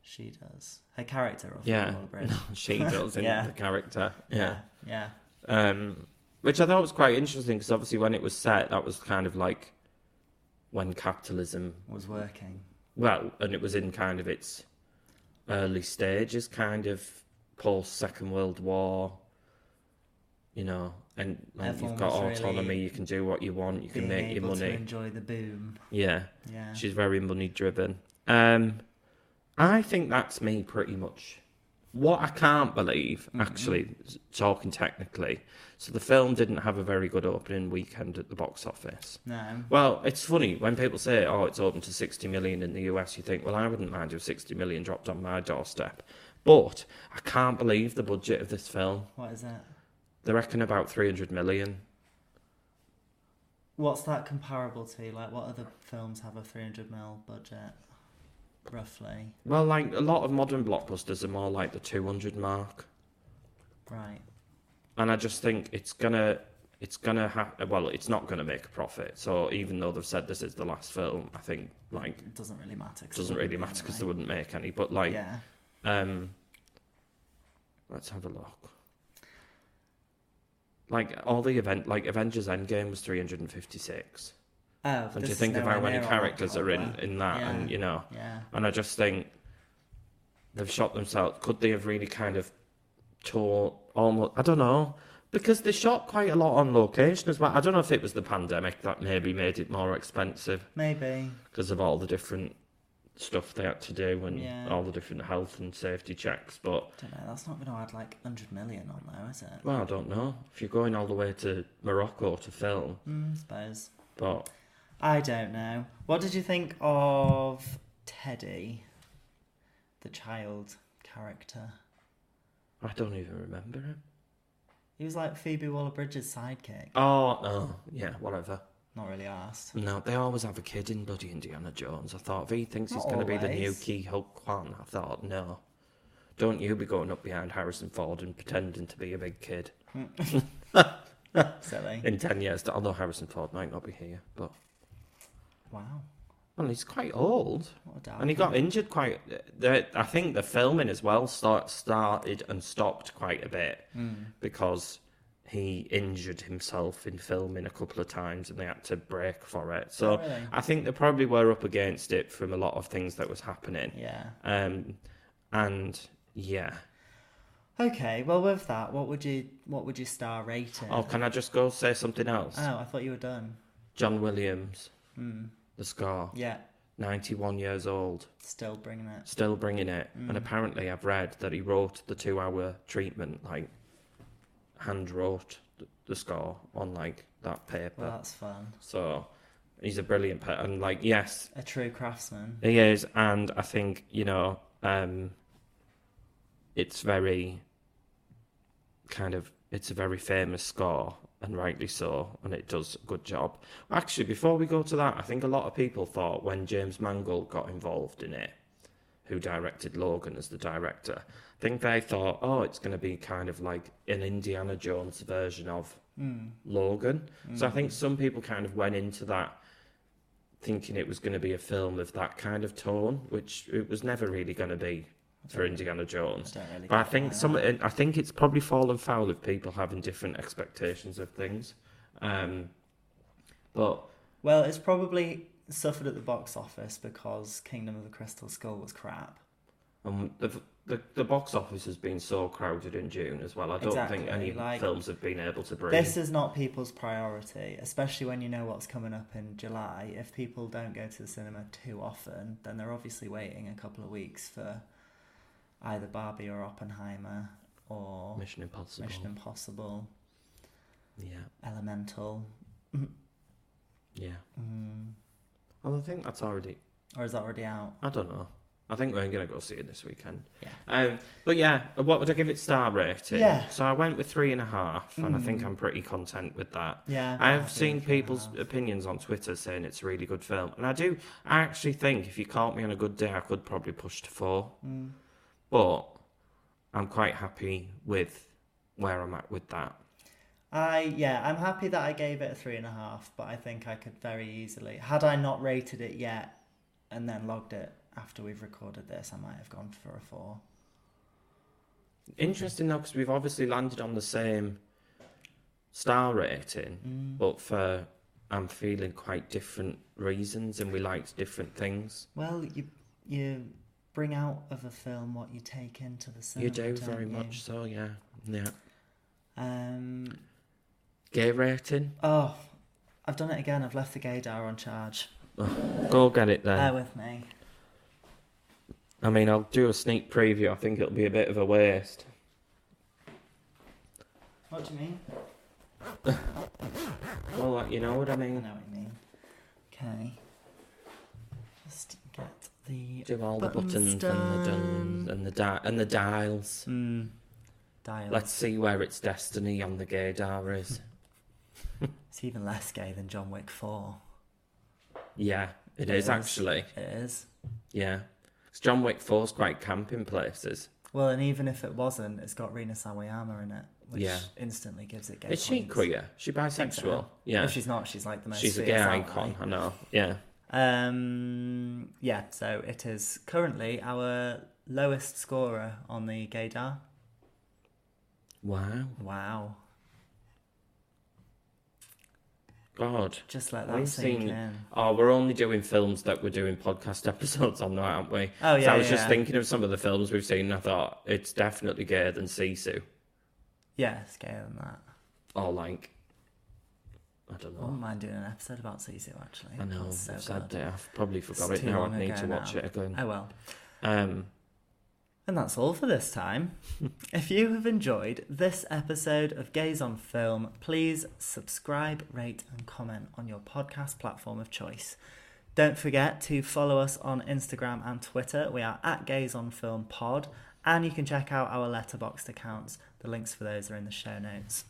S2: She does. Her character, of
S3: Yeah,
S2: Paula Bridge.
S3: she does in
S2: Yeah.
S3: the character. Yeah.
S2: yeah,
S3: Um, which I thought was quite interesting because obviously when it was set, that was kind of like when capitalism
S2: was working.
S3: well, and it was in kind of its early stages, kind of post Second World War, you know, and like, you've
S2: Everyone
S3: got
S2: was
S3: autonomy,
S2: really
S3: you can do what you want, you can
S2: Being
S3: make your
S2: able to
S3: money.
S2: enjoy the boom.
S3: Yeah.
S2: Yeah.
S3: She's very money driven. Um I think that's me pretty much. What I can't believe,
S2: Mm-hmm.
S3: actually, s- talking technically, so the film didn't have a very good opening weekend at the box office.
S2: No,
S3: Well, it's funny when people say, "Oh, it's open to 60 million in the US." You think, "Well, I wouldn't mind if 60 million dropped on my doorstep." But I can't believe the budget of this film.
S2: what is it?
S3: They reckon about 300 million.
S2: What's that comparable to? Like, what other films have a 300 mil budget, roughly?
S3: Well, like a lot of modern blockbusters are more like the 200 mark,
S2: Right.
S3: and I just think it's gonna, it's gonna have. Well, it's not gonna make a profit. So even though they've said this is the last film, I think like
S2: It doesn't really matter. 'cause
S3: it doesn't really matter because they wouldn't make any. But like,
S2: Yeah.
S3: Um, let's have a look. Like all the event, like Avengers Endgame was three hundred and fifty-six.
S2: Oh,
S3: And
S2: this
S3: you
S2: is
S3: think of how
S2: nowhere
S3: many
S2: near
S3: characters are in
S2: October.
S3: in that,
S2: Yeah.
S3: and you know,
S2: Yeah.
S3: and I just think they've shot themselves. Could they have really kind of tore almost? I don't know because they shot quite a lot on location as well. I don't know if it was the pandemic that maybe made it more expensive
S2: Maybe.
S3: because of all the different stuff they had to do and
S2: Yeah.
S3: all the different health and safety checks, but.
S2: Don't know. That's not going to add like 100 million on there, is it?
S3: Well, I don't know. If you're going all the way to Morocco to film,
S2: Mm, I suppose.
S3: but
S2: I don't know. What did you think of Teddy, the child character?
S3: I don't even remember him.
S2: He was like Phoebe Waller Bridge's sidekick.
S3: Oh, no. Yeah, whatever.
S2: Not really asked.
S3: No, they always have a kid in bloody Indiana Jones. I thought, if he thinks he's
S2: Not
S3: going to be the new
S2: always.
S3: Ki Hulk Kwan, I thought, no. Don't you be going up behind Harrison Ford and pretending to be a big kid
S2: Silly.
S3: in 10 years. Although Harrison Ford might not be here, but.
S2: Wow.
S3: Well, he's quite old.
S2: What a dark
S3: And he got injured quite. The, I think the filming as well start, started and stopped quite a bit
S2: Hmm.
S3: because he injured himself in filming a couple of times and they had to break for it. So
S2: Oh, really?
S3: I think they probably were up against it from a lot of things that was happening.
S2: Yeah.
S3: Um, and yeah.
S2: Okay. Well, with that, what would you what would you star rate it?
S3: Oh, can I just go say something else?
S2: Oh, I thought you were done.
S3: John Williams, the score,
S2: Hmm. Yeah.
S3: 91 years old.
S2: Still bringing it.
S3: still bringing it. And apparently, I've read that he wrote the two hour treatment, like hand wrote th- the score on like that paper.
S2: Well, that's fun.
S3: So he's a brilliant pe- and like yes,
S2: A true craftsman.
S3: he is. And I think you know, um, it's very kind of it's a very famous score. And rightly so, and it does a good job. Actually, before we go to that, I think a lot of people thought when James Mangold got involved in it, who directed Logan as the director, I think they thought, oh, it's going to be kind of like an Indiana Jones version of Logan. So I think some people kind of went into that thinking it was going to be a film of that kind of tone, which it was never really going to be for Indiana Jones.
S2: really
S3: but I think some, I think it's probably fallen foul of people having different expectations of things. Um, but
S2: Well, it's probably suffered at the box office because Kingdom of the Crystal Skull was crap.
S3: um, the, the the box office has been so crowded in June as well. I don't
S2: Exactly,
S3: think any
S2: like-
S3: films have been able to bring.
S2: This is not people's priority, especially when you know what's coming up in July. If people don't go to the cinema too often, then they're obviously waiting a couple of weeks for either Barbie or Oppenheimer or
S3: Mission Impossible.
S2: Mission Impossible,
S3: Yeah,
S2: Elemental,
S3: yeah.
S2: Mm.
S3: Well, I think that's already.
S2: or is that already out?
S3: I don't know. I think we're going to go see it this weekend.
S2: Yeah.
S3: Um, but yeah, what would I give it star rating?
S2: Yeah. Mm.
S3: So I went with three and a half, and I think I'm pretty content with that.
S2: Yeah,
S3: I
S2: I
S3: have
S2: agree
S3: seen
S2: with three and a
S3: people's opinions on Twitter saying it's a really good film, and I do. I actually think if you caught me on a good day, I could probably push to four.
S2: Mm.
S3: But I'm quite happy with where I'm at with that.
S2: I yeah, I'm happy that I gave it a three and a half, but I think I could very easily had I not rated it yet and then logged it after we've recorded this, I might have gone for a four.
S3: Interesting though, because we've obviously landed on the same star rating, but for I'm feeling quite different reasons, and we liked different things.
S2: Well, you you bring out of a film what you take into the cinema.
S3: you do
S2: don't
S3: very
S2: you?
S3: much so, Oh, yeah, yeah.
S2: Um
S3: Gay rating,
S2: oh I've done it again, I've left the gaydar on charge.
S3: go get it then.
S2: Bear with me.
S3: I mean, I'll do a sneak preview. I think it'll be a bit of a waste.
S2: What do you mean?
S3: Well, like, you know what I
S2: I
S3: mean.
S2: know what you mean. Okay. Just get the
S3: Do all the
S2: buttons
S3: buttons and the dun- and the di- and the dials.
S2: dial.
S3: Let's see where its destiny on the gaydar is.
S2: It's even less gay than John Wick 4.
S3: yeah, it is actually.
S2: It is.
S3: Yeah. 'Cause John Wick 4's quite camp in places.
S2: Well, and even if it wasn't, it's got Rina Sawayama in it, which
S3: Yeah.
S2: instantly gives it gay
S3: Is she
S2: points.
S3: queer? She
S2: I think so.
S3: bisexual? Yeah.
S2: If she's not, she's like the most.
S3: She's a gay
S2: fierce
S3: icon, I know. Yeah.
S2: ally. Um, yeah, so it is currently our lowest scorer on the gaydar.
S3: Wow.
S2: Wow.
S3: God.
S2: Just let that
S3: We've
S2: sink
S3: seen.
S2: in.
S3: Oh, we're only doing films that we're doing podcast episodes on, though, aren't we?
S2: Oh,
S3: So
S2: yeah,
S3: I was
S2: yeah,
S3: just
S2: yeah.
S3: thinking of some of the films we've seen. and I thought it's definitely gayer than Sisu,
S2: Yeah, it's gayer than that.
S3: or like, I don't
S2: I wouldn't
S3: know.
S2: mind doing an episode about Sisu, actually.
S3: I know.
S2: That's Oh, so
S3: I've sad
S2: good.
S3: day. I've probably forgot
S2: It's
S3: it
S2: too
S3: now.
S2: long
S3: I need
S2: ago
S3: to watch
S2: now.
S3: it again.
S2: Oh, well.
S3: Um.
S2: And that's all for this time. if you have enjoyed this episode of Gaze on Film, please subscribe, rate, and comment on your podcast platform of choice. Don't forget to follow us on Instagram and Twitter. We are at Gaze on Film Pod, and you can check out our letterboxed accounts. The links for those are in the show notes.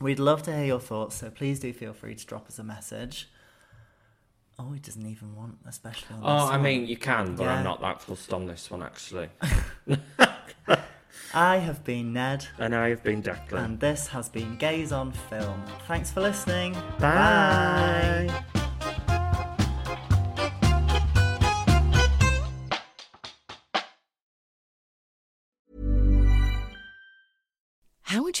S2: We'd love to hear your thoughts, so please do feel free to drop us a message. Oh, he doesn't even want a special. on
S3: Oh,
S2: this
S3: I
S2: one.
S3: mean, you can, but
S2: Yeah.
S3: I'm not that fussed on this one actually.
S2: I have been Ned.
S3: and I have been Declan.
S2: And this has been Gaze on Film. Thanks for listening.
S3: Bye.
S5: How would